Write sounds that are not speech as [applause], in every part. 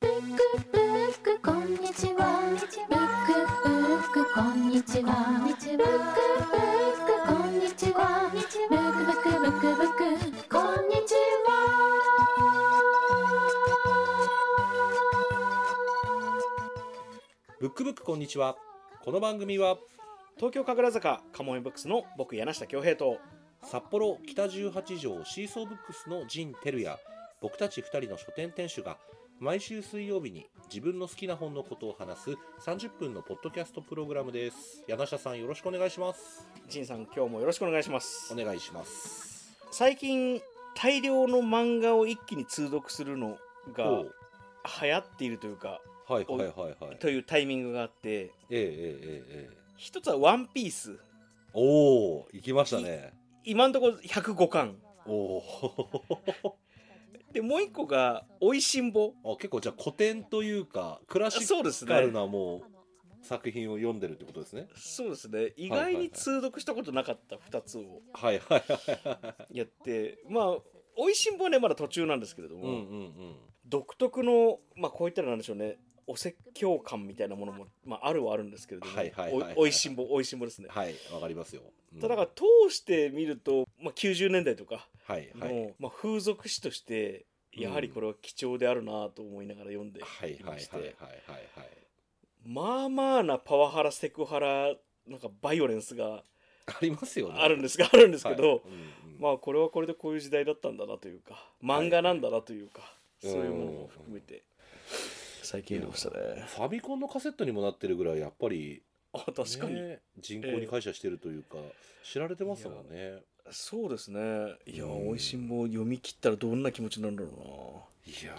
ブックブックこんにちはブックブックこんにちはブックブックこんにちはブックブックブックブックこんにちはブックブックこんにちはこの番組は東京神楽坂カモメブックスの僕柳下恭平と札幌北18条シーソーブックスの陣輝や僕たち2人の書店店主が毎週水曜日に自分の好きな本のことを話す30分のポッドキャストプログラムです柳下さんよろしくお願いします仁さん今日もよろしくお願いしますお願いします最近大量の漫画を一気に通読するのがおう流行っているというかはいはいはいはいというタイミングがあっえてえええええええ一つは「ワンピースおお行きましたね今のところ105巻おおでもう一個が「おいしんぼ [laughs] あ結構じゃあ古典というかクラ」シッそうですクねなもう作品を読んでるってことですねそうですね意はい外はいに通読したことなかった2つをはいはいはいはいやってまあ「おいしんぼ」はねまだ途中なんですけれども、うんうんうん独特のまあこういったらなんでしょうねお説教感みたいなものも、まあ、あるはあるんですけれども、はいはいはいはいおおいしんぼおいしんぼですね、はいわかりますよ、うんただだから通してみると、まあ、90年代とかはいの、はいまあ、風俗詩としてやはりこれは貴重であるなと思いながら読んではいいはいはまいしはいて、はいはいまあまあなパワハラセクハラなんかバイオレンスがありますよねあるんでですが、あ [laughs] るんですけど、まあまあこれはこれでこういう時代だったんだなというか漫画なんだなというか、うんそういうものも含めて最近読みましたねファミコンのカセットにもなってるぐらいやっぱり、あ確かに、ね人口に感謝してるというか、知られてますもんねそうですねいや「うんおいしんぼ」読み切ったらどんな気持ちになるんだろいや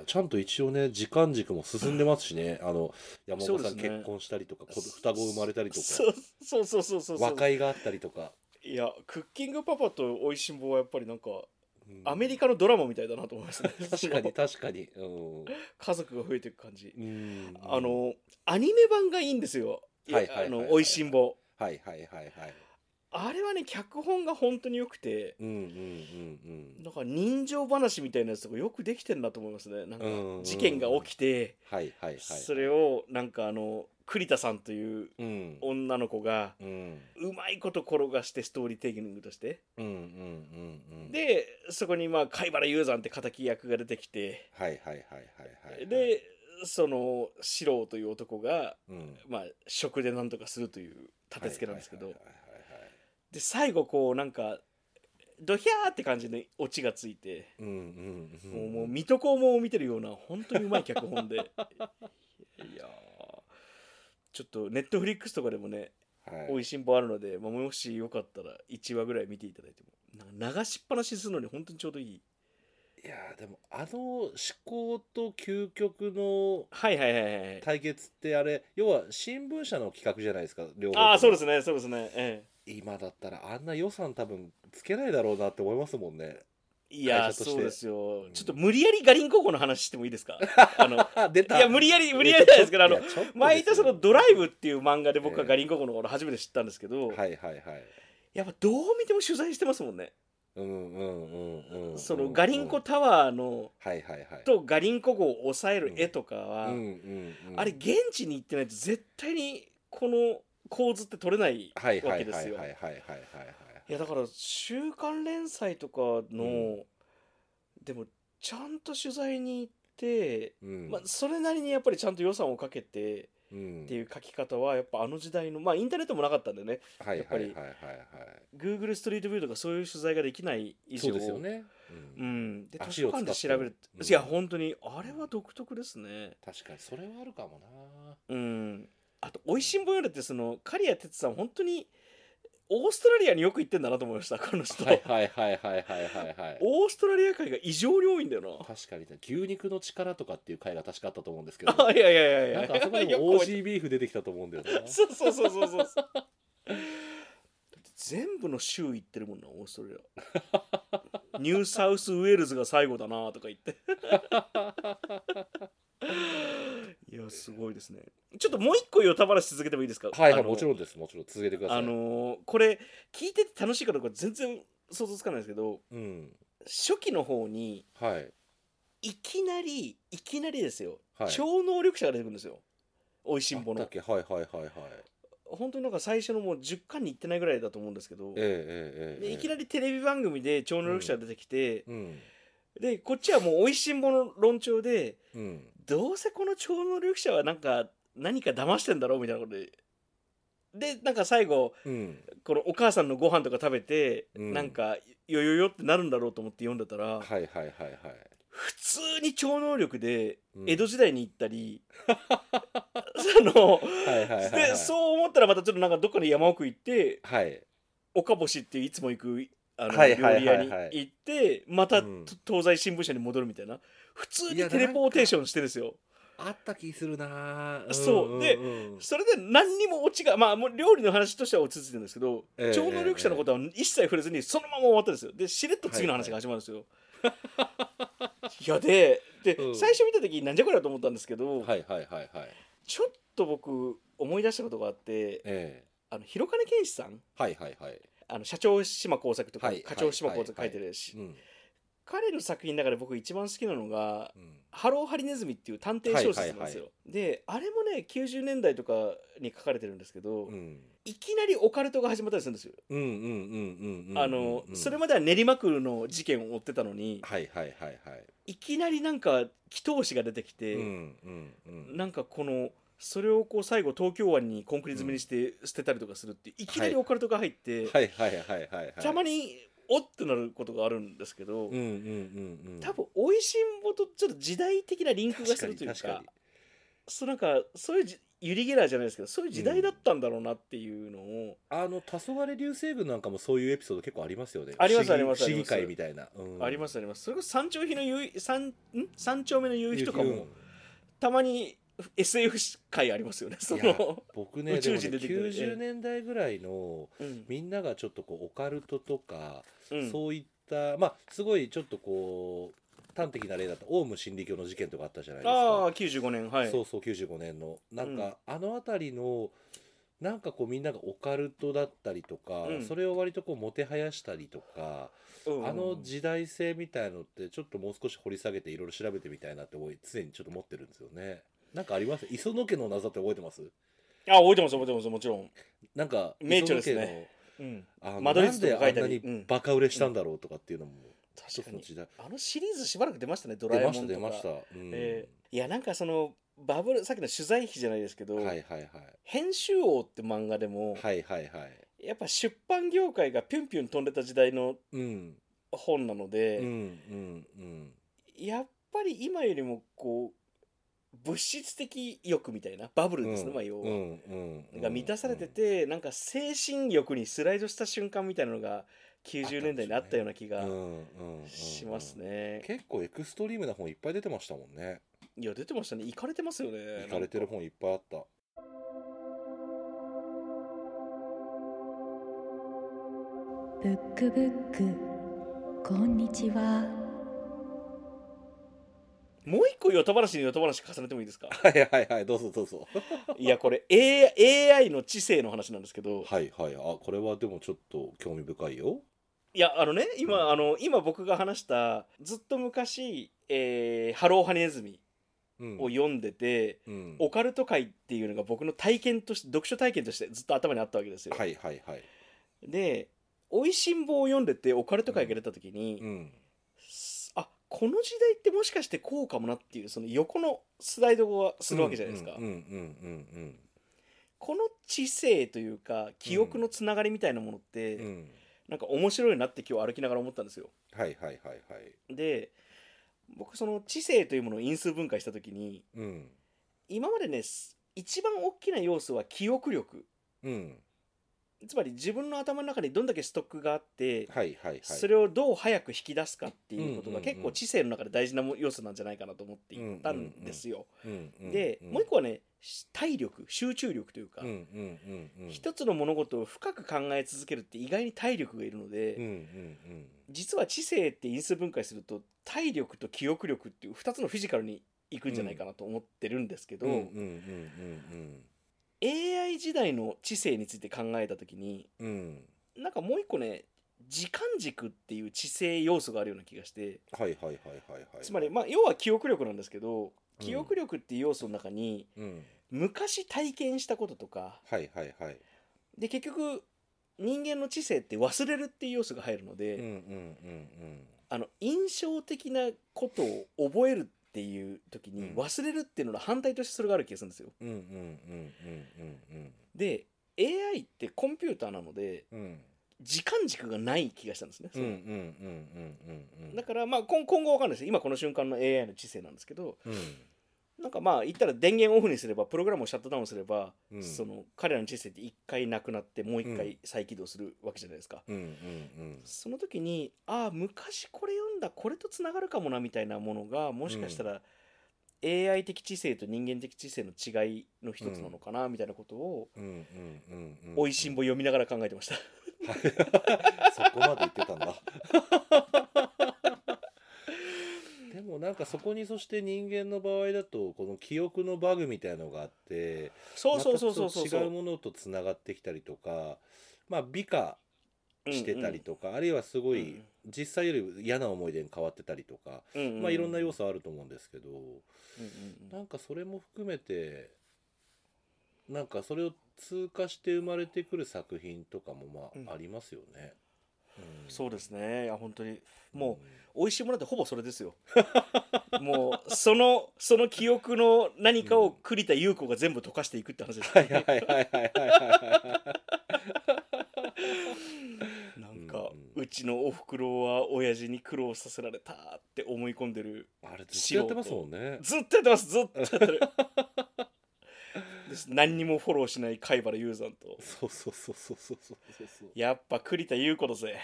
ーちゃんと一応ね時間軸も進んでますしね、あの山岡さそんうですね結婚したりとか、う子な双子生まれたりとか [laughs] そうそうそうそうそう和そう解があったりとか、いやクッキングパパと「おいしんぼ」はやっぱりなんかうんアメリカのドラマみたいだなと思いますね [laughs] 確 [laughs] かに確かに、うん家族が増えていく感じ、うんあのアニメ版がいいんですよ「はいはいはいはいあのおいしんぼはいはいはいはい」あれはね脚本が本当に良くてうんうんうんうんなんか人情話みたいなやつとかよくできてんなと思いますねなんかうん事件が起きてはいはいはいそれをなんかあの栗田さんといううん女の子がうんうまいこと転がしてストーリーテイキングとして、うんうんうんうんでそこにまあ貝原雄山って敵役が出てきて、はいはいはいはいはいはいでその四郎という男が、うんまあ、食でなんとかするという立て付けなんですけど、はいはいはいはいはいで最後こうなんかドヒャーって感じでオチがついて、うんうんうんもうもう水戸黄門を見てるような本当にうまい脚 [laughs] 本でいやーちょっとネットフリックスとかでもねはい美味しんぼあるので、まあ、もしよかったら1話ぐらい見ていただいてもなんか流しっぱなしするのに本当にちょうどいいいやーでもあの思考と究極のはいはいはいはい対決ってあれ要は新聞社の企画じゃないですか両方ああそうですすねそうですねえ今だったらあんな予算多分つけないだろうなって思いますもん [laughs] ねえいやー会社としてそうですよ、うんちょっと無理やりガリン高校の話してもいいで [laughs] すかあのいあ出たや無理やり無理やりなんですけどあの前言ったその「ドライブブ」っていう漫画で僕えはえガリン高校の頃初めて知ったんですけど、はいはいはいやっぱどう見ても取材してますもんね、うんうんうんうんうんそのガリンコタワーのはいはいはいとガリンコ号を抑える絵とかは、うんうんうんあれ現地に行ってないと絶対にこの構図って取れないわはいはけいではすいよ。はいはいはいいはいはいやだから週刊連載とかの、うんでもちゃんと取材に行って、うんまあ、それなりにやっぱりちゃんと予算をかけてうんっていう書き方はやっぱあの時代のまあインターネットもなかったんでねはいはいやっぱはりいはいはい Google ストリートビューとかそういう取材ができない以上そうですよねううんん、で図足書を使館ってで調べる、うんいや本当にあれは独特ですね確かにそれはあるかもなうんあと「おいしんぼより」ってその刈谷哲さん本当にオーストラリアによく行ってんだなと思いましたこの人、はいはいはいはいはいはいはいオーストラリア界が異常に多い [laughs] んだよ確かにね牛肉の力とかっていう回が確かあったと思うんですけどなあいやいやいなやんいかあそこやで [laughs] よくも覚えて OG ビーフ出てきたと思うんだよなそうそうそうそうそうそう全部の州行ってるもんなオーストラリアニューサウスウェールズが最後だなとか言っていやすごいですねちょっともう一個ヨタ話続けてもいいですかはいはあいのもちろんですもちろん続けてくださいあのーこれ聞いてて楽しいかどうか全然想像つかないですけどうん初期の方にはいいきなりいきなりですよ、はい超能力者が出てくるんですよおいしあんぼったのっけはいはいはいはい本当になんか最初のもう10巻にいってないぐらいだと思うんですけど、えええええでえいきなりテレビ番組で超能力者が出てきて、うんでこっちはもうおいしんぼの論調でうんどうせこの超能力者はなんか何か騙してんだろうみたいなことででなんか最後うんこのお母さんのご飯とか食べて、うんなんかよよよってなるんだろうと思って読んでたら、はいはいはいはい普通に超能力でうん江戸時代に行っ [laughs] たり、そのはいはいはいはでいそう思ったらまたちょっとなんかどっかの山奥行ってはい岡星っていういつも行くあの、はいはいはいはい料理屋に行ってまた、うん東西新聞社に戻るみたいな普通いにやテレポーテーションしてるんですよあった気するなぁそうんでんうんそれで何にもオチがまあもう料理の話としては落ち着いてるんですけど、ええ超能力者のことは一切触れずにそのまま終わったんですよでしれっと次の話が始まるんですよ、いやでで、うん最初見た時なんじゃこりゃと思ったんですけど、はいはいはいはいちょっと僕思い出したことがあってええあの広金健志さんはいはいはいあの社長島耕作とか、はい課長島耕作は書いいてるし、うん彼の作品の中で僕一番好きなのがうん「ハローハリネズミ」っていう探偵小説なんですよ。であれもね90年代とかに書かれてるんですけど、うんいきなりオカルトが始まったりするんですよ。うんうんうんうんうんあのそれもまでは練馬区の事件を追ってたのにはいはいはいはいいきなりなんか祈祷師が出てきて、うんうんうんなんかこのそれをこう最後東京湾にコンクリ詰めにして捨てたりとかするっていきなりオカルトが入って、はいはいはいはいはいたまにおってなることがあるんですけど、うんうんうんうん多分おいしんぼとちょっと時代的なリンクが確すかるにというか確かにそうなんかそういうじユリ・ゲラーじゃないですけどそういう時代だったんだろうなっていうのを、あの黄昏流星群なんかもそういうエピソード結構ありますよねあります不思議あります不思議あり会ますみたいな、うんありますありますそれこそ山頂日の夕日三ん三丁目の夕日とかも、うんたまに SF 界ありますよねそいやの、僕ね宇宙で人もね出てくる90年代ぐらいのうんみんながちょっとこうオカルトとか、うんそういったまあすごいちょっとこう端的な例だったオウム真理教の事件とかあったじゃないですあかあ95年はいそうそう95年のなんか、あの辺りのなんかこうみんながオカルトだったりとか、うんそれを割とこうもてはやしたりとか、うんあの時代性みたいのってちょっともう少し掘り下げていろいろ調べてみたいなって思い常にちょっと持ってるんですよね。なんかあります磯野家の謎って覚えてますあ覚えてます覚えてますもちろん、なんか名著です磯ね野家のうん、あの間取り図とか書いたりなんであんなにバカ売れしたんだろうとかっていうのも一確つかのに時代、あのシリーズしばらく出ましたねドラ出えもまんしとたか出ました、うんえーいやなんかそのバブルさっきの取材費じゃないですけど、はいはいはい編集王って漫画でも、はいはいはいやっぱ出版業界がピュンピュン飛んでた時代のうん本なのうんうで、んうんやっぱり今よりもこう物質的欲みたいなバブルですね、うんまあ要は、うんうんうんが満たされてて、なんか精神欲にスライドした瞬間みたいなのが90年代にあったようなう気んがうんうんしますね、結構エクストリームな本いっぱい出てましたもんねいや出てましたね行かれてますよね行かれてる本いっぱいあったブックブックこんにちはもう一個ヨタ話にヨタ話重ねてもいいですかはいはいはいどうぞどうぞいやこれ AI, AI の知性の話なんですけどはいはいあこれはでもちょっと興味深いよいやあのね今、うんあの今僕が話したずっと昔、えーハローハリネズミうんを読んでて、うんオカルト界っていうのが僕の体験として読書体験としてずっと頭にあったわけですよ。はいはいはいで「おいしんぼ」を読んでてオカルト界が出た時に、うんすあこの時代ってもしかしてこうかもなっていうその横のスライドがするわけじゃないですか。うんうんうんこの知性というか記憶のつながりみたいなものって、うんうんうんなんか面白いなって今日歩きながら思ったんですよ。はいはいはいはいで僕その知性というものを因数分解した時にうん今までねす一番大きな要素は記憶力うんつまり自分の頭の中にどんだけストックがあって、はいはいはいそれをどう早く引き出すかっていうことうんうんうがん結構知性の中で大事なも要素なんじゃないかなと思っていったんですよ。うんうんで、もう一個はねし体力集中力というか、うんうんうんうん一つの物事を深く考え続けるって意外に体力がいるので、うんうん実は知性って因数分解すると体力と記憶力っていう2つのフィジカルにいくんじゃないかなと思ってるんですけど、うんうんうんうん AI 時代の知性について考えた時にうんうんなんかもう一個ね時間軸っていう知性要素があるような気がしてはいはいはいはいはいつまり、まあ、要は記憶力なんですけどうん記憶力っていう要素の中にうん昔体験したこととかはいはいはいで結局人間の知性って忘れるっていう要素が入るので、うんうんうんあの印象的なことを覚えるっていう時にうん忘れるっていうのの反対としてそれがある気がするんですよ。うんうんうんうんうんで AI ってコンピューターなのでうんうん時間軸がない気がしたんですね。うんうんうんうんうんだからまあ今今後わかんないです今この瞬間の AI の知性なんですけどうなんかまあ言ったら電源オフにすればプログラムをシャットダウンすれば、んその彼らの知性って一回なくなってもう一回再起動するわけじゃないですか。うんうんその時にああ昔これ読んだこれとつながるかもなみたいなものがもしかしたら、AI 的知性と人間的知性の違いの一つなのかなみたいなことをうんうんうんうんうん「おいしんぼ」読みながら考えてましたはいそこまで言ってたん [laughs] だでもなんかそこにそして人間の場合だとこの記憶のバグみたいのがあってそうそうそうそうそうまたそちょっと違ううものとつながってきたりとかまあ美化してたりとか、あるいはすごいうん実際より嫌な思い出に変わってたりとか、うんうんうんまあいろんな要素あると思うんですけど、うんうんうんなんかそれも含めてなんかそれを通過して生まれてくる作品とかもうんまあありますよね。うんそうですねいや本当にうもうん「おいしんぼ」なんてほぼそれですよ [laughs] もうそのその記憶の何かを栗田優子が全部溶かしていくって話ですはいねはいはいはいはいはいはいなんか、うんううんちのおふくろは親父に苦労させられたって思い込んでるあれずっとやってますもんね。ずっとやってますずっとやって [laughs] るです何にもフォローしない貝原雄山とそうそうそうそうそうそうそうそう。やっぱ栗田優子だぜ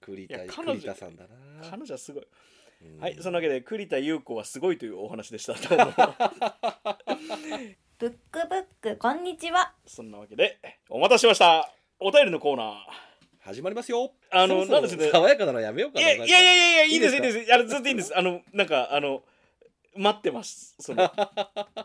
栗い田や彼女栗田さんだな。彼女はすごい、うんはいそんなわけで栗田優子はすごいというお話でしたどう [laughs] もブックブックこんにちはそんなわけでお待たせしましたお便りのコーナー始まりますよ。あそろのそろなんですね爽やかなのやめようかいな。やいなんやいかやいやいいですいいいいでですあのずっといいんですあのなんかあの待ってますそ [laughs] の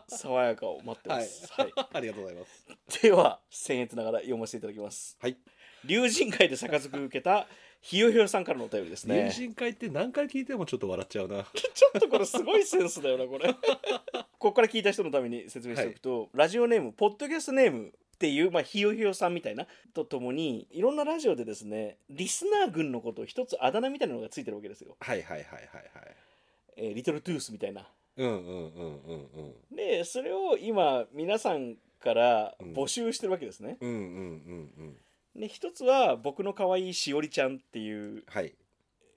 爽やかを待ってます、はいありがとうございます。 [laughs] では僭越ながら読ませていただきますはい。龍神会で杯を受けたひよひよさんからのお便りです友ね人会って何回聞いてもちょっと笑っちゃうな。 [laughs] ちょっとこれすごいセンスだよなこれ [laughs] ここから聞いた人のために説明しておくと、ラジオネームポッドキャストネームっていう、まあ、ひよひよさんみたいなとともにいろんなラジオでですねリスナー群のことを一つあだ名みたいなのがついてるわけですよ、はいはいはいはいはい。えーリトルトゥースみたいなうんうんうんうんうん。でそれを今皆さんから募集してるわけですね、うんうんうんうん。で一つは僕の可愛いしおりちゃんっていうはい。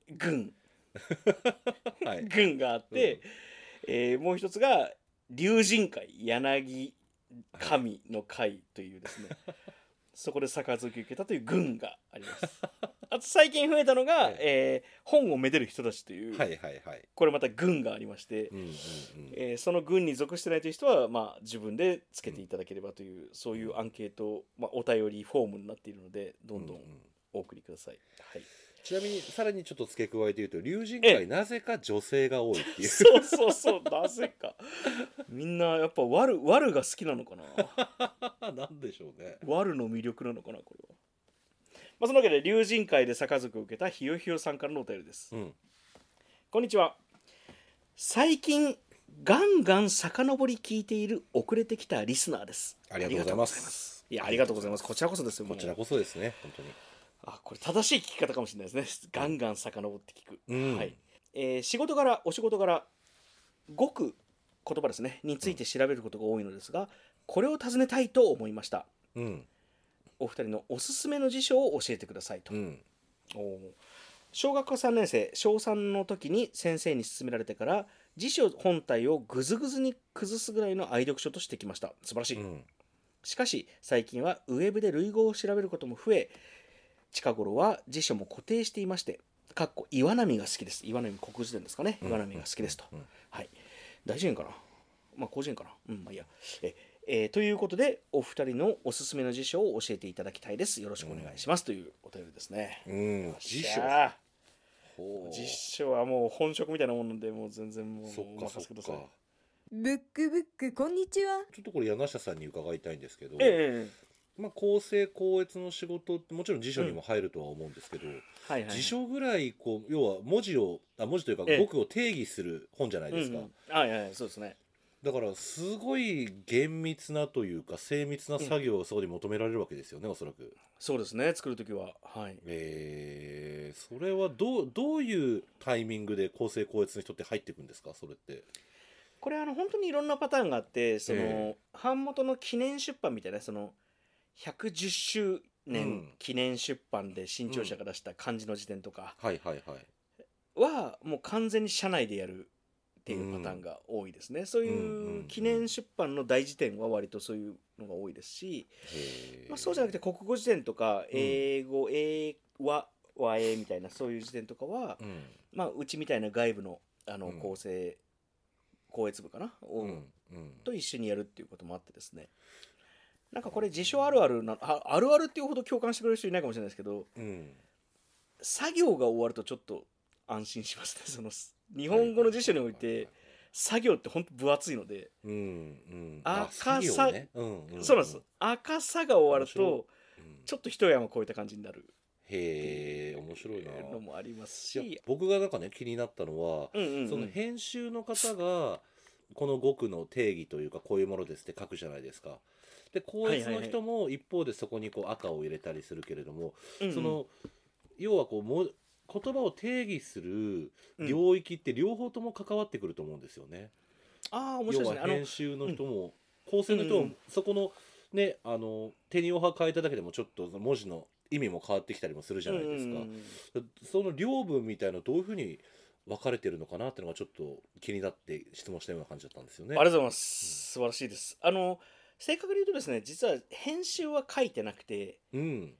群はい。 [laughs] 群があって、えーもう一つが龍神会柳神の会というです [laughs] ね、そこで杯を受けたという群があります。 [laughs] あと最近増えたのが、はいえー本をめでる人たちという、はいはいはい。これまた群がありまして、うんうんうん。えーその群に属してないという人は、まあ、自分でつけていただければという、そういうアンケート、まあ、お便りフォームになっているのでどんどんううお送りください。はいちなみにさらにちょっと付け加えて言うと龍神ええ会なぜか女性が多いっていうそうそうそうなぜかみんなやっぱワルワルが好きなのかななんでしょうねワルの魅力なのかなこれは、まあ、そのわけで龍神会で杯を受けたひよひよさんからのお便りです、うんこんにちは最近ガンガン遡り聞いている遅れてきたリスナーですありがとうございますありがとうございいやありがとうございますこちらこそですよもこうちらこそですね本当にあこれ正しい聞き方かもしれないですねガンガン遡って聞く、うんはい、えー仕事柄お仕事柄ごく言葉ですねについて調べることが多いのですが、これを尋ねたいと思いましたうんお二人のおすすめの辞書を教えてくださいと、うんおー小学校3年生小3の時に先生に勧められてから辞書本体をグズグズに崩すぐらいの愛読書としてきました素晴らしい、うんしかし最近はウェブで類語を調べることも増え近頃は辞書も固定していましてかっこ岩波が好きです岩波国辞典ですかね岩波が好きですと、うんはい大辞典かなまあ広辞典かなうんまあいいやええーということでお二人のおすすめの辞書を教えていただきたいですよろしくお願いします、というお便りですねうんうん辞書よっしゃほーう辞書はもう本職みたいなもんなんでもう全然もうそっかお任そせくだっさいかブックブックこんにちはちょっとこれ柳下さんに伺いたいんですけどええまあ、公正公越の仕事ってもちろん辞書にも入るとは思うんですけど、はいはい辞書ぐらいこう要は文字をあ文字というかええ語句を定義する本じゃないですか、うんうんはいはいそうですねだからすごい厳密なというか精密な作業がそこで求められるわけですよね、おそらく。そうですね作る時ははいえー、それはどうどういうタイミングで公正公越の人って入ってくんですかそれって。これあの本当にいろんなパターンがあってその、え版元の記念出版みたいなその110周うん年記念出版で新潮社が出した漢字の辞典とかはいはいはい。はもう完全に社内でやるっていうパターンが多いですね、そううんうんういんう記念出版の大辞典は割とそういうのが多いですし、へーまあ、そうじゃなくて国語辞典とかうん英語、英和和英みたいなそういう辞典とかは、うんまあ、うちみたいな外部のあのうん構成、校閲部かな、をうんうんと一緒にやるっていうこともあってですねなんかこれ自称あるあるなああるあるっていうほど共感してくれる人いないかもしれないですけどうん作業が終わるとちょっと安心しますねそのす日本語の辞書において作業って本当分厚いので、うんうん、あ作業かさねうんうんそうなんです赤さが終わるとうんちょっと一山越えた感じになるへえ面白いなのもありますいやし、僕がなんかね気になったのは、うんうんうんその編集の方がこの語句の定義というかこういうものですって書くじゃないですか。で公はい越はいはのい人も一方でそこにこう赤を入れたりするけれども、うんうんその要はこうも言葉を定義するうん領域って両方とも関わってくると思うんですよね。ああ面白い要ではすねあの編集の人も構成の人うもんそこのねあの手におは変えただけでもちょっとその文字の意味も変わってきたりもするじゃないですか。うんうんうんその両分みたいなどういうふうに分かれてるのかなっていうのがちょっと気になって質問したような感じだったんですよね。ありがとうございます。素晴らしいです。あの、正確に言うとですね、実は編集は書いてなくて、うん。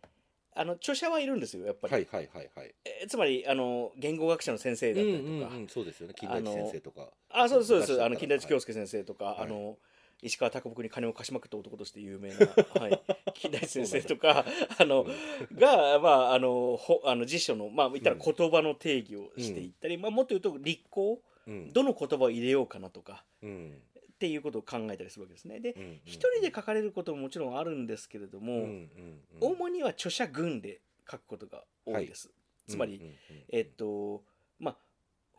あの、著者はいるんですよ、やっぱり。はいはいはいはい。えーつまり、あの、言語学者の先生だったりとか、うんうんうんそうですよね。金田一先生とか。あ、そうです、そうです。あの、金田一京介。介先生とか、いあの、石川啄木に金を貸しまくった男として [laughs] 有名な、はい、金田一先生とか、あの、が、まあ、あの、ほあの辞書の、まあ、言ったら言葉の定義をしていったり、まあ、もっと言うと、立項、うんどの言葉を入れようかなとか、うんっていうことを考えたりするわけですね。で、うん一人で書かれることももちろんあるんですけれども、うんうんうん主には著者群で書くことが多いです、つまり、うんうんうんえっとまあ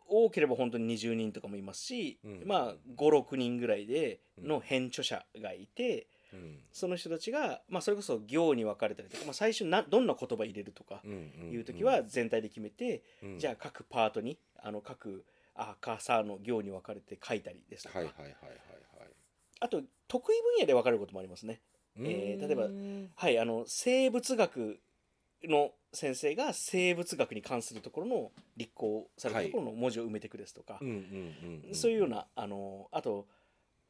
多ければ本当に20人とかもいますし、うんまあ56人ぐらいでうのん編著者がいて、うんその人たちが、まあ、それこそ行に分かれたりとか、まあ、最初などんな言葉入れるとかうんうんいう時は全体で決めて、うんじゃあ各パートにあの各「あ」「か」「さ」の行に分かれて書いたりですとか、はいはいはいはいはい。あと得意分野で分かることもありますね。えー例えばうんはい、あの生物学の先生が生物学に関するところの立候されたところの文字を埋めていくですとか、うんうんうんんそういうようなあのあと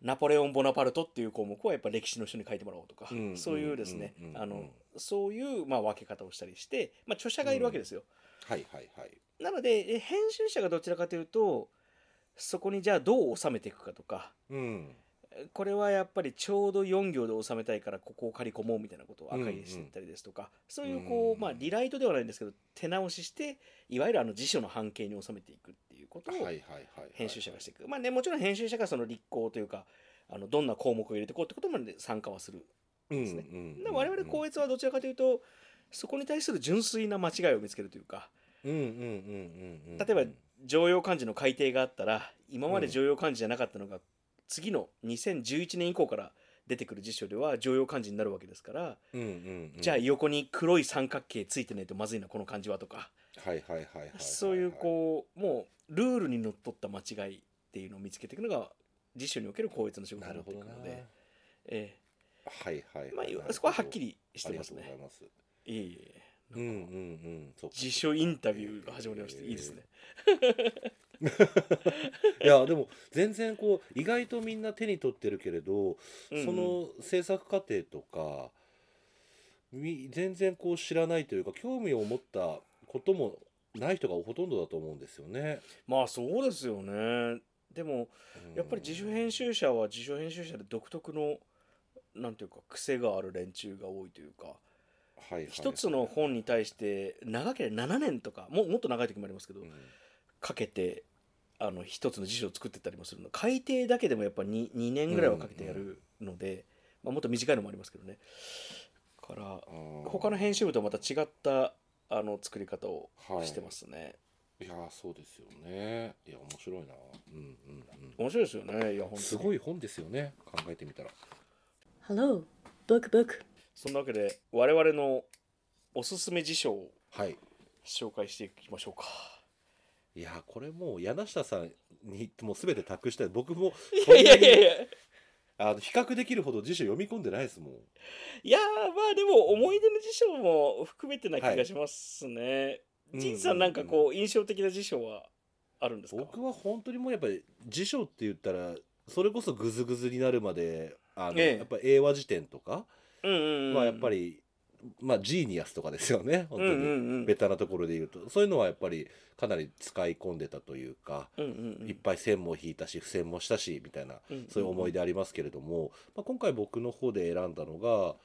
ナポレオン・ボナパルトっていう項目はやっぱ歴史の人に書いてもらおうとか、うんそういうですね、うんうんうんあのそういう、まあ、分け方をしたりして、まあ、著者がいるわけですよ。はいはいはい。なのでえ編集者がどちらかというとそこにじゃあどう収めていくかとかうんこれはやっぱりちょうど4行で収めたいからここを刈り込もうみたいなことを赤入れしていったりですとか、そういうこううんまあリライトではないんですけど手直ししていわゆるあの辞書の半径に収めていくっていうことはいをはいはいはい。編集者がしていく、まあね、もちろん編集者がその立項というかあのどんな項目を入れていこうってことまで参加はするうんですねうんで我々校閲はどちらかというとそこに対する純粋な間違いを見つけるというかうんうんうんうんうん。例えば常用漢字の改定があったら今まで常用漢字じゃなかったのが、次の2011年以降から出てくる辞書では常用漢字になるわけですから、うんうんうんじゃあ横に黒い三角形ついてないとまずいなこの漢字はとか、はいはいはいはいはいはいそういうこうもうルールにのっとった間違いっていうのを見つけていくのが辞書における校閲の仕事なになるってほいくどなので、えはいはいえまあい、そこははっきりしあてりまがすとうございね。ますいえいえうんうんうんそっ [laughs] か辞書インタビューが始まりましていいですね。いやでも全然こう意外とみんな手に取ってるけれど、うんうんその制作過程とかみ全然こう知らないというか興味を持ったこともない人がほとんどだと思うんですよね。まあそうですよね。でもやっぱり自主編集集者は自主編集者で独特のなんていうか癖がある連中が多いというか一つの本に対して長ければ7年とかももっと長い時もありますけどかけてあの一つの辞書を作ってたりもするの改訂だけでもやっぱり 2, 2年ぐらいはかけてやるので、まあ、もっと短いのもありますけどねから他他、の編集部とはまた違ったあの作り方をしてますすね、はい、いやーそうですよねいや面白いなうんうん面白いですよねいやう本当んにすごい本ですよね考えてみたら Hello, book book. そんなわけで我々のおすすめ辞書をはい紹介していきましょうかいやーこれもう柳下さんにもう全て託したい僕もいやいやいやいやあの比較できるほど辞書読み込んでないですもんいやーまあでも思い出の辞書も含めてな気がしますね、はいジンさんなんかこう印象的な辞書はあるんですか僕は本当にもうやっぱり辞書って言ったらそれこそグズグズになるまであの、ええやっぱり英和辞典とかうんうんうんはやっぱり、まあジーニアスとかですよね本うん当うに、んうんベタなところで言うとそういうのはやっぱりかなり使い込んでたというか、うんうんうんいっぱい線も引いたし付箋もしたしみたいなそういう思い出出ありますけれども、まあ、今回僕の方で選んだのが、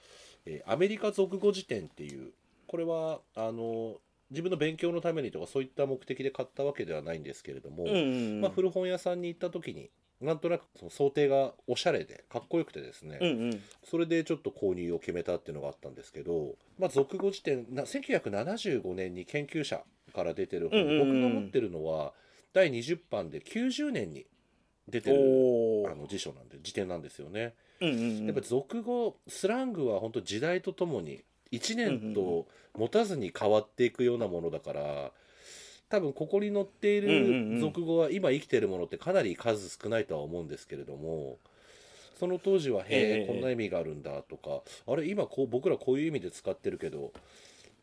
えーアメリカ俗語辞典っていうこれはあの自分の勉強のためにとかそういった目的で買ったわけではないんですけれども、うんうんまあ、古本屋さんに行った時になんとなくその想定がおしゃれでかっこよくてですね、うんうんそれでちょっと購入を決めたっていうのがあったんですけど、まあ、俗語辞典な1975年に研究者から出てる本、うんうんうん僕が持ってるのは第20版で90年に出てるおおあの辞書なんで辞典なんですよね。うんうんうんやっぱ俗語スラングは本当時代とともに1年と持たずに変わっていくようなものだから多分ここに載っていうんうんうるん俗語は今生きてるものってかなり数少ないとは思うんですけれどもその当時は「へえええこんな意味があるんだ」とか「あれ今こう僕らこういう意味で使ってるけど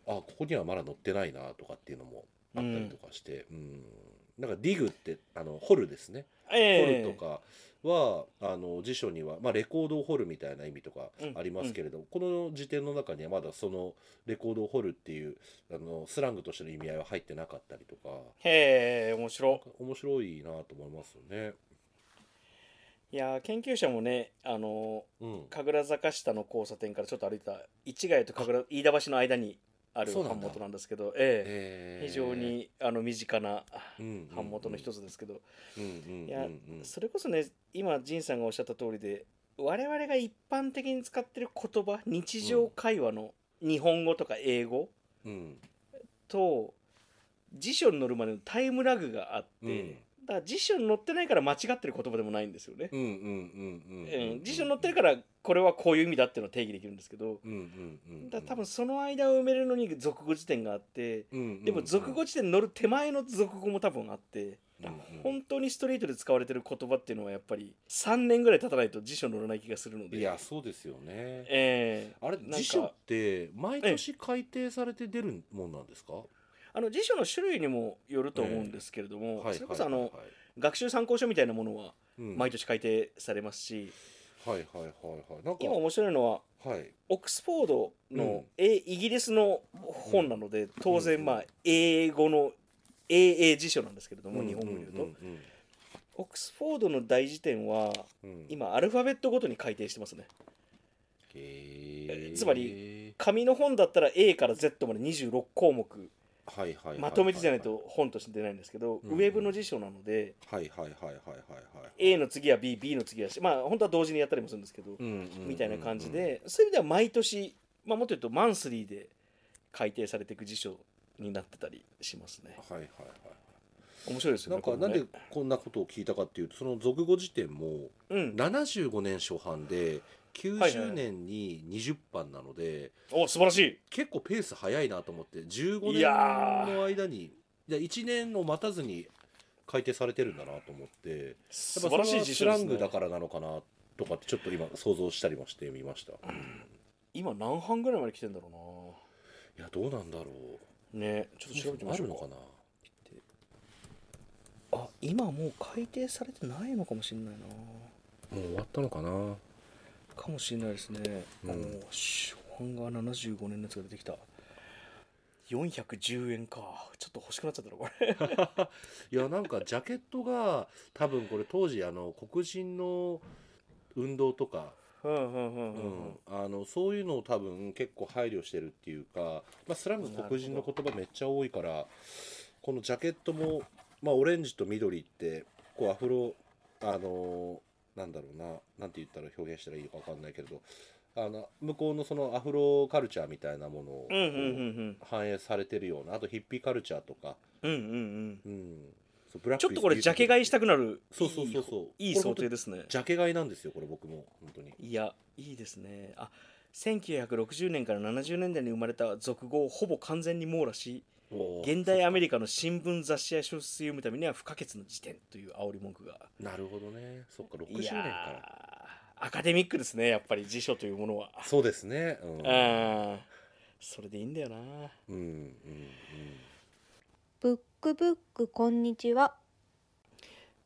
あここにはまだ載ってないな」とかっていうのもあったりとかしてうんなんか「ディグ」ってあの掘るですね。掘ええるとかは、あの辞書には、まあ、レコードを掘るみたいな意味とかありますけれども、この辞典の中にはまだそのレコードを掘るっていうあのスラングとしての意味合いは入ってなかったりとかへえ面白面白いなと思いますよね。いやー研究者もねあのうんー神楽坂下の交差点からちょっと歩いた市ヶ谷と神楽飯田橋の間にあるそうなんだ版元なんですけどえええー非常にあの身近なうん版元の一つですけど、うんうんいやうんうんそれこそね今仁さんがおっしゃった通りで我々が一般的に使ってる言葉日常会話の日本語とか英語うんと辞書に載るまでのタイムラグがあって、うんだから辞書に載ってないから間違ってる言葉でもないんですよね、うんうんうんうんうん辞書に載ってるからこれはこういう意味だっていうのを定義できるんですけどうんうんうんうんだから多分その間を埋めるのに俗語辞典があってうんうんうんでも俗語辞典に載る手前の俗語も多分あって、うんうん本当にストリートで使われてる言葉っていうのはやっぱり3年ぐらい経たないと辞書に載らない気がするのでいやそうですよね。ええあれなんか辞書って毎年改訂されて出るもんなんですか？あの辞書の種類にもよると思うんですけれども、それこそあの、はい学習参考書みたいなものはうん毎年改訂されますし、はいはいはいはいなんか今面白いのははいオックスフォードうのん、えイギリスの本なので当う然んまあ英語の英英辞書なんですけれども、日本語で言うと、んオックスフォードの大辞典はうんうん今アルファベットごとに改訂してますねへーつまり紙の本だったら A から Z まで26項目はいはいはいはいまとめてじゃないと本として出ないんですけど、うんうんウェブの辞書なのではいはいはいはいはいはい A の次は BB の次は C まあ本当は同時にやったりもするんですけど、うんうんうんうんみたいな感じでそういう意味では毎年、まあ、もっと言うとマンスリーで改訂されていく辞書になってたりしますねはいはいはい面白いですよなねんかこれなんもでねこんなことを聞いたかっていうとその俗語辞典もうん75年初版ではいはい90年に20版なのでお素晴らしい結構ペース早いなと思って15い年やーの間にいや1年を待たずに改訂されてるんだなと思って素やっぱ晴それらしいは辞ス書ラです、ンねグ、だからなのかなとかってちょっと今想像したりもしてみました、今何版ぐらいまで来てんだろいやどうなんだろうなねちょっうと調べてみまあしょるうのかかなあ今もう改訂されてないのかもしれないなもう終わったのかなかもしれないですね、うんあの初版が75年のやつが出てきた410円かちょっと欲しくなっちゃったなこいれやなんかジャケットが多分これ当時あの黒人の運動とか、うんうんうんううんんうんあのそういうのを多分結構配慮してるっていうか、まあ、スラング黒人の言葉めっちゃ多いからこのジャケットも、まあ、オレンジと緑ってこうアフロあのーなんだろうななんて言ったら表現したらいいのか分かんないけれどあの向こうのそのアフロカルチャーみたいなものをうんうん反映されてるようなあとヒッピーカルチャーとか、うんうんうんうんうん、そうブラッちょっとこれジャケ買いしたくなるそうそうそうそういいいいこれ想定ですねジャケ買いなんですよこれ僕も本当にいやいいですねあ1960年から70年代に生まれた俗語をほぼ完全に網羅し現代アメリカの新聞雑誌や小説を読むためには不可欠の辞典という煽り文句がなるほどねそっか60い年やからーアカデミックですねやっぱり辞書というものはそうですねうんうんそれでいいんだよなうんうんブックブックこんにちは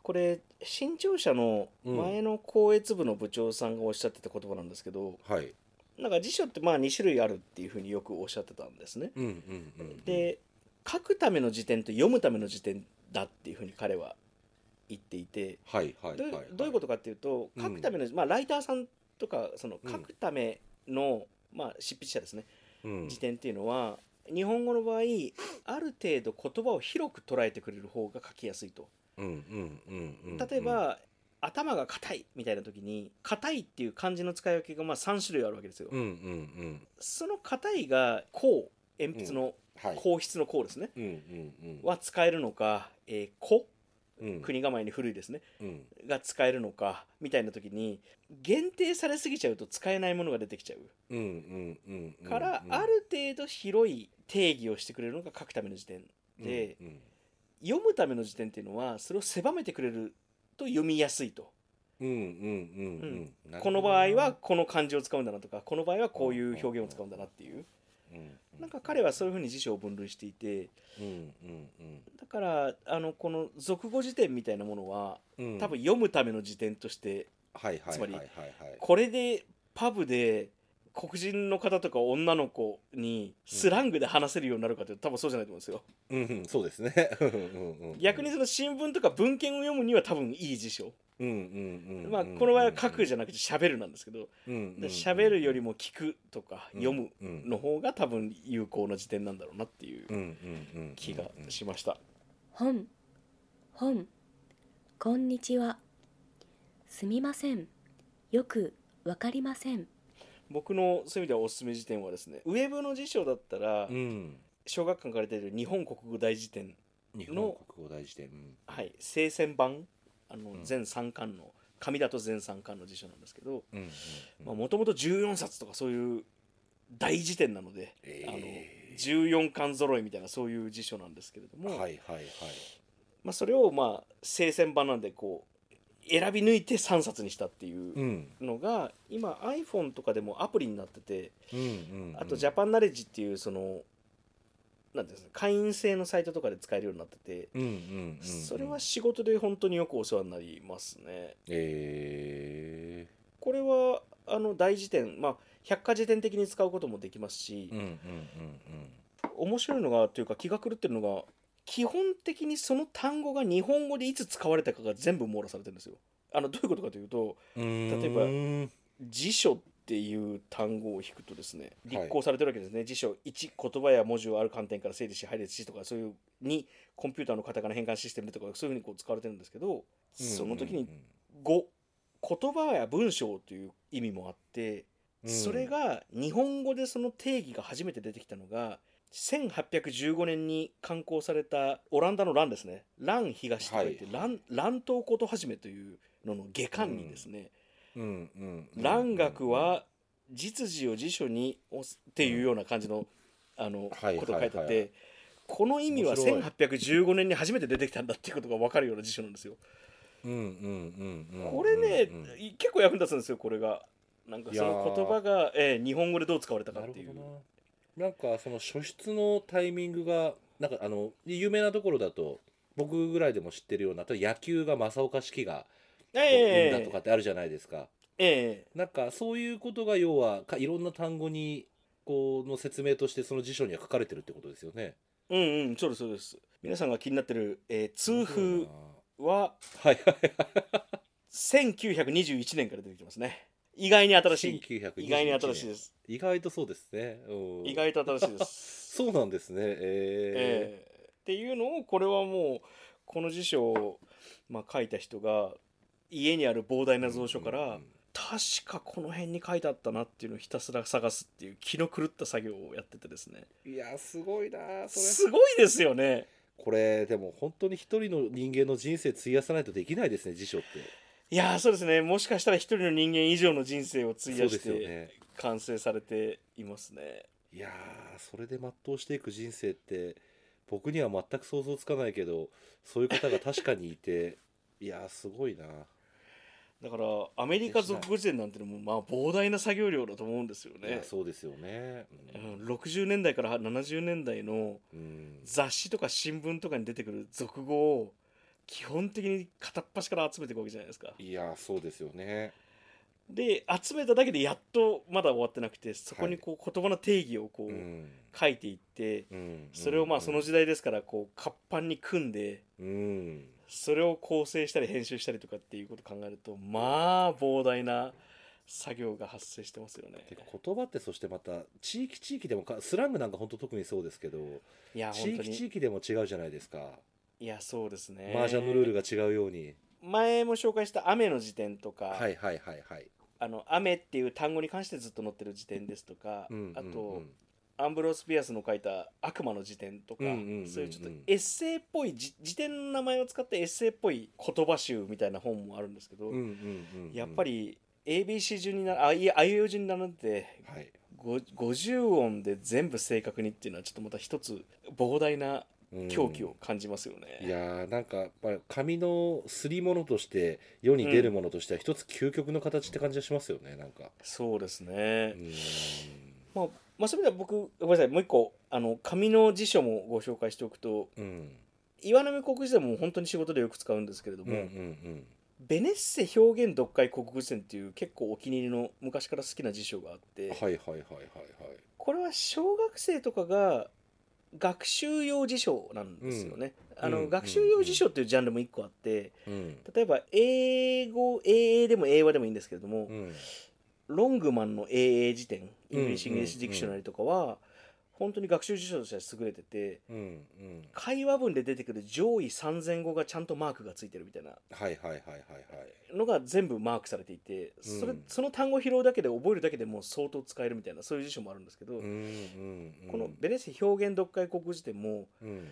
これ新潮社の前の校閲部の部長さんがおっしゃってた言葉なんですけど、うんはいなんか辞書ってまあ2種類あるっていうふうによくおっしゃってたんですね。うんうんうんうんで書くための辞典と読むための辞典だっていうふうに彼は言っていてはいはいどはういいはうどういうことかっていうとうん書くための、まあ、ライターさんとかそのうん書くための、まあ、執筆者ですねうん辞典っていうのは日本語の場合ある程度言葉を広く捉えてくれる方が書きやすいと。うんうんうんうん例えば頭が硬いみたいな時に硬いっていう漢字の使い分けがまあ3種類あるわけですよ、うんうんうんその硬いが「こう」鉛筆のはい硬筆の「こう」ですね、うんうんうんは使えるのか「えー、こうん」国構えに古いですねうんが使えるのかみたいな時に限定されすぎちゃうと使えないものが出てきちゃううんうんうんうんから、ある程度広い定義をしてくれるのが書くための時点で、うんうん読むための時点っていうのはそれを狭めてくれると読みやすいと。うんうんうんうんなるほどこなの場合はこの漢字を使うんだなとかこの場合はこういう表現を使うんだなっていううんうんなんか彼はそういうふうに辞書を分類していてうんうんだからあのこの俗語辞典みたいなものはうん多分読むための辞典としてはいはいつまりはいはいはいこれでパブで黒人の方とか女の子にスラングで話せるようになるかというと多分そうじゃないと思うんですようんうんそうですねうんうんうん逆にその新聞とか文献を読むには多分いい辞書うんうんうんうんまあこの場合は書くじゃなくて喋るなんですけどうんうんうんで喋るよりも聞くとか読むうんの方が多分有効な時点なんだろうなっていううんうんうんうん気がしました。本本こんにちはすみませんよくわかりません僕のそういう意味ではおすすめ辞典はですねウェブの辞書だったらうん小学館から出てる日本国語大辞典、日本国語大辞典うんはい、聖戦版あのうん全3巻の上田と全3巻の辞書なんですけどうんうんうんもともと14冊とかそういう大辞典なのでえー14巻揃いみたいなそういう辞書なんですけれども、はいはいはいまあ、それをまあ聖戦版なんでこう選び抜いて3冊にしたっていううんのが今 iPhone とかでもアプリになっててうんうんうんあとジャパンナレッジっていうそのなんていうんですか会員制のサイトとかで使えるようになっててうんうんうんそれは仕事で本当によくお世話になりますねえこれはあの大辞典まあ百科事典的に使うこともできますしーうんうんうん面白いのがというか気が狂ってるのが基本的にその単語が日本語でいつ使われたかが全部網羅されてるんですよあのどういうことかというとうんうーん例えば辞書っていう単語を引くとですねはい立項されてるわけですね、辞書1言葉や文字をある観点から整理し配列しとかそういうにコンピューターのカタカナ変換システムでとかそういうふうにこう使われてるんですけど、その時に5言葉や文章という意味もあって、それが日本語でその定義が初めて出てきたのが1815年に刊行されたオランダの蘭ですね蘭東と書いてはい蘭蘭東ことはじめというのの下巻にですね、蘭蘭学は実事を辞書におすっていうような感じの,、あのはいことを書いてあはいはいっはてこの意味は面白い1815年に初めて出てきたんだっていうことが分かるような辞書なんですよ。ここれね、い結構役に立つんですよこれが。なんかそいやのー言葉が、えー日本語でどう使われたかなっるていうほ。どななんかその初出のタイミングがなんかあの有名なところだと僕ぐらいでも知ってるような例えば野球が正岡式が生んだえとかってあるじゃないですか、ええなんかそういうことが要はかいろんな単語にこうの説明としてその辞書には書かれてるってことですよね。えうんうんそうですそうです。皆さんが気になってる、えー通風ははいはいはい1921年から出てきますね。意外に新しい。 1921年意外に新しいです。意外とそうですね。うん意外と新しい [laughs] です。そうなんですね。えええっていうのをこれはもうこの辞書を、まあ、書いた人が家にある膨大な蔵書かうんうんうらん確かこの辺に書いてあったなっていうのをひたすら探すっていう気の狂った作業をやっててですねいやすごいなーそれすごいですよねこれでも本当に一人の人間の人生費やさないとできないですね辞書っていやーそうですねもしかしたら一人の人間以上の人生を費そうやでしすよてね完成されていますねいやーそれで全うしていく人生って僕には全く想像つかないけどそういう方が確かにいて [laughs] いやーすごいなだからアメリカ属国税なんてのもまあ膨大な作業量だと思うんですよいやね、そうですよねううんん、60年代から70年代のうん雑誌とか新聞とかに出てくる俗語を基本的に片っ端から集めていくわけじゃないですかいやーそうですよねで集めただけでやっとまだ終わってなくてそこにこう言葉の定義をこううん書いていってうんそれをまあうんその時代ですからこう活版に組んでうんそれを構成したり編集したりとかっていうことを考えるとまあ膨大な作業が発生してますよねてか言葉ってそしてまた地域地域でもかスラングなんか本当特にそうですけどいや地本当域地に域でも違うじゃないですかいやそうですね麻雀のルールが違うように前も紹介した雨の辞典とか、はいはいはいはいあの雨っていう単語に関してずっと載ってる辞典ですとか、うんあうんうとんアンブロース・ピアスの書いた「悪魔の辞典」とか、うんうんうんうんそういうちょっとエッセイっぽいじ辞典の名前を使ってエッセイっぽい言葉集みたいな本もあるんですけど、うんうんうんうんやっぱり ABC 順になあいえあいうえお順に並んでてはいご50音で全部正確にっていうのはちょっとまた一つ膨大なうん狂気を感じますよね。いやーなんか、まあ、紙のすり物として世に出るものとしては一つ究極の形って感じがしますよねなんかそうですねう、ーんまあ、まあそういう意味では僕ごめんなさいもう一個あの紙の辞書もご紹介しておくとうん岩波国語辞典も本当に仕事でよく使うんですけれどうんうも、んうんベネッセ表現読解国語辞典っていう結構お気に入りの昔から好きな辞書があって、はいはいはいはいはいこれは小学生とかが学習用辞書なんですよね、んあうのん学習用辞書っていうジャンルも一個あってうん例えば英語 AA でも英和でもいいんですけれども、うんロングマンの AA 辞典イングリッシュ・イうんンうんグリッシュ・ディクショナリーとかは本当に学習辞書として優れててうんうん会話文で出てくる上位3000語がちゃんとマークがついてるみたいなはいはいはいはいはいのが全部マークされていてそれ、うんその単語を拾うだけで覚えるだけでもう相当使えるみたいなそういう辞書もあるんですけど、うんうんうんこのベネッセ表現読解国語辞典もうん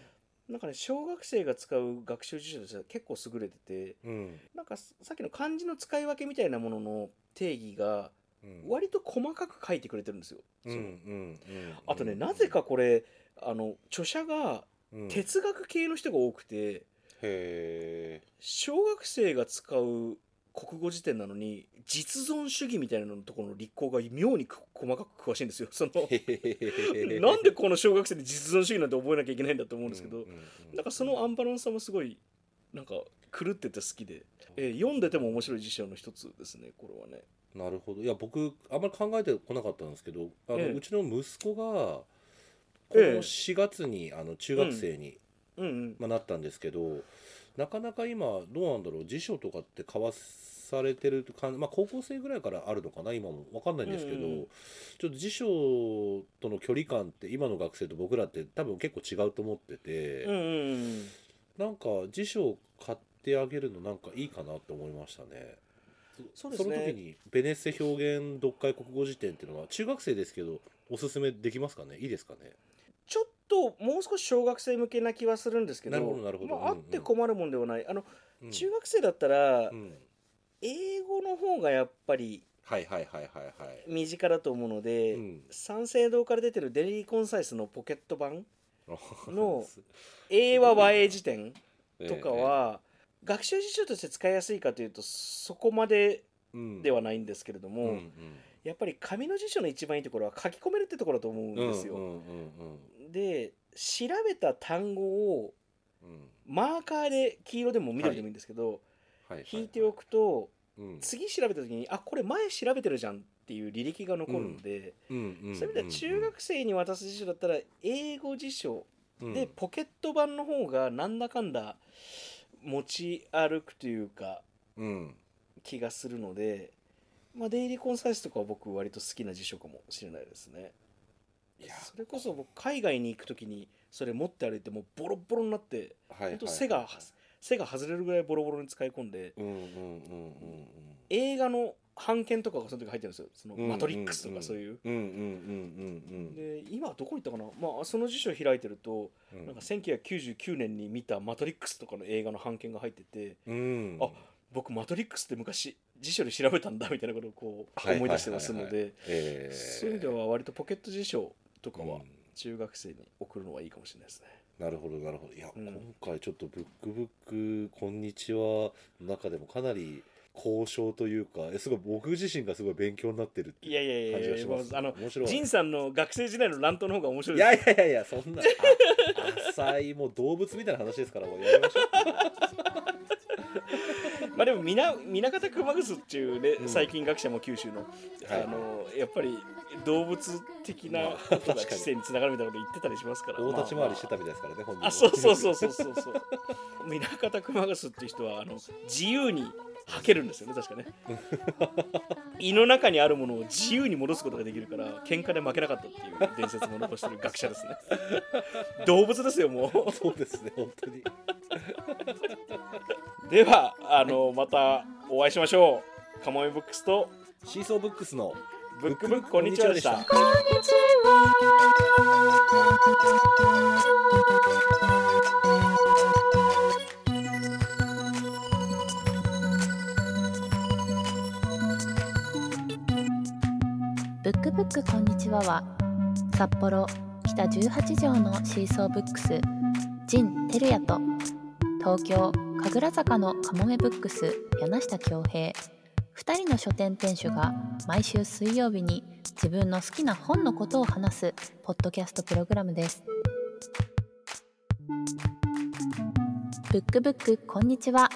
なんかね小学生が使う学習辞書としては結構優れててうんなんかささっきの漢字の使い分けみたいなものの定義がうん割と細かく書いてくれてるんですよ。うんうそんのうんあとねなぜかこれあの著者がうんへ哲学系の人が多くて。え小学生が使う国語辞典なのに実存主義みたいなののところの立項が妙にく細かく詳しいんですよその [laughs] なんでこの小学生で実存主義なんて覚えなきゃいけないんだと思うんですけど、なんかそのアンバランスさもすごいなんか狂ってて好きで、えー読んでても面白い辞書の一つですねこれはねなるほどいや僕あんまり考えてこなかったんですけどあの、ええうちの息子がこええの4月にあの中学生に、うんうんまあ、なったんですけどなかなか今どうなんだろう辞書とかって交わされてるか、まあ、高校生ぐらいからあるのかな今も分かんないんですけど、うんうんちょっと辞書との距離感って今の学生と僕らって多分結構違うと思ってて、うんうんうんなんか辞書を買ってあげるのなんかいいかなって思いましたね。そうですねの時にベネッセ表現読解国語辞典っていうのは中学生ですけどおすすめできますかねいいですかねちょっともう少し小学生向けな気はするんですけどなるほどなるほどまあ、うあんっうんて困るもんではないあの、うん中学生だったら、うん英語の方がやっぱりはいはいはいはいはい。身近だと思うので、うん三省堂から出てるデリー・コンサイスのポケット版のす英和和英辞典ええとかは、学習辞書として使いやすいかというとそこまでではないんですけれども、うんやっぱり紙の辞書の一番いいところは書き込めるってところだと思うんうんですよ。うんうんうんで調べた単語をうんうんマーカーで黄色でも緑でもいいんですけど、はいはい引いておくとうん次調べた時にあこれ前調べてるじゃんっていう履歴が残るので。うんうんそういう意味では中学生に渡す辞書だったら英語辞書うんでポケット版の方がなんだかんだ持ち歩くというかうん気がするので、まあ、デイリーコンサイスとかは僕割と好きな辞書かもしれないですねいやそれこそ僕海外に行く時にそれ持って歩いてもうボロッボロになってはい本当はい背が背が外れるぐらいボロボロに使い込んでうんうんうんうんうん映画の版権とかがその時入ってるんですよそのうんマトリックスとうんうかんそういう。うんうんうんで今どこ行ったかな、まあ、その辞書開いてると、うんうんなんか1999年に見た「マトリックス」とかの映画の版権が入っててうんあ僕「マトリックス」って昔辞書で調べたんだみたいなことをこうはい思い出してますのはいはでえーそういう意味では割とポケット辞書とかはうん中学生に送るのはいいかもしれないですね。なるほどなるほどいや、うん今回ちょっと「ブックブックこんにちは」の中でもかなり交渉というかえすごい僕自身がすごい勉強になってるっていやいやいや感じがいやしもまうすあの面白い仁さんの学生時代の乱闘の方が面白いいですやいやいやいやそんなあ浅いもう動物みたいな話ですからもうやめましょうまあでも皆南方熊楠っていうね、うん最近学者も九州の,、はいあのやっぱり動物的なことが知性につながるみたいなこと言ってたりしますから大立ち回りしてまたあみたいですからね本人まあもあそうそうそうそうそうそう南方熊楠っていう人はあの自由に吐けるんですよね確かね胃の中にあるものを自由に戻すことができるから喧嘩で負けなかったっていう伝説も残してる学者ですね動物ですよもう [laughs] そうですね本当にではあのまたお会いしましょうカモメブックスとシーソーブックスのブックブックこんにちはでしたブックブックこんにちはは札幌北18条のシーソーブックス陣てるやと東京神楽坂のかもめブックス柳下恭平2人の書店店主が毎週水曜日に自分の好きな本のことを話すポッドキャストプログラムです。ブックブックこんにちは